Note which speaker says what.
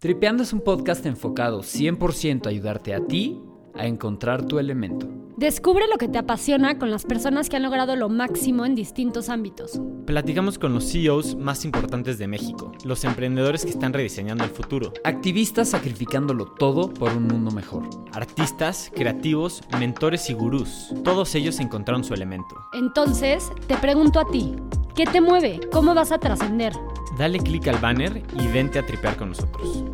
Speaker 1: Tripeando es un podcast enfocado 100% a ayudarte a ti a encontrar tu elemento.
Speaker 2: Descubre lo que te apasiona con las personas que han logrado lo máximo en distintos ámbitos.
Speaker 3: Platicamos con los CEOs más importantes de México, los emprendedores que están rediseñando el futuro,
Speaker 1: Activistas sacrificándolo todo por un mundo mejor.
Speaker 3: artistas, creativos, mentores y gurús. Todos ellos encontraron su elemento.
Speaker 2: Entonces, te pregunto a ti, ¿qué te mueve? ¿Cómo vas a trascender?
Speaker 3: Dale clic al banner y vente a tripear con nosotros.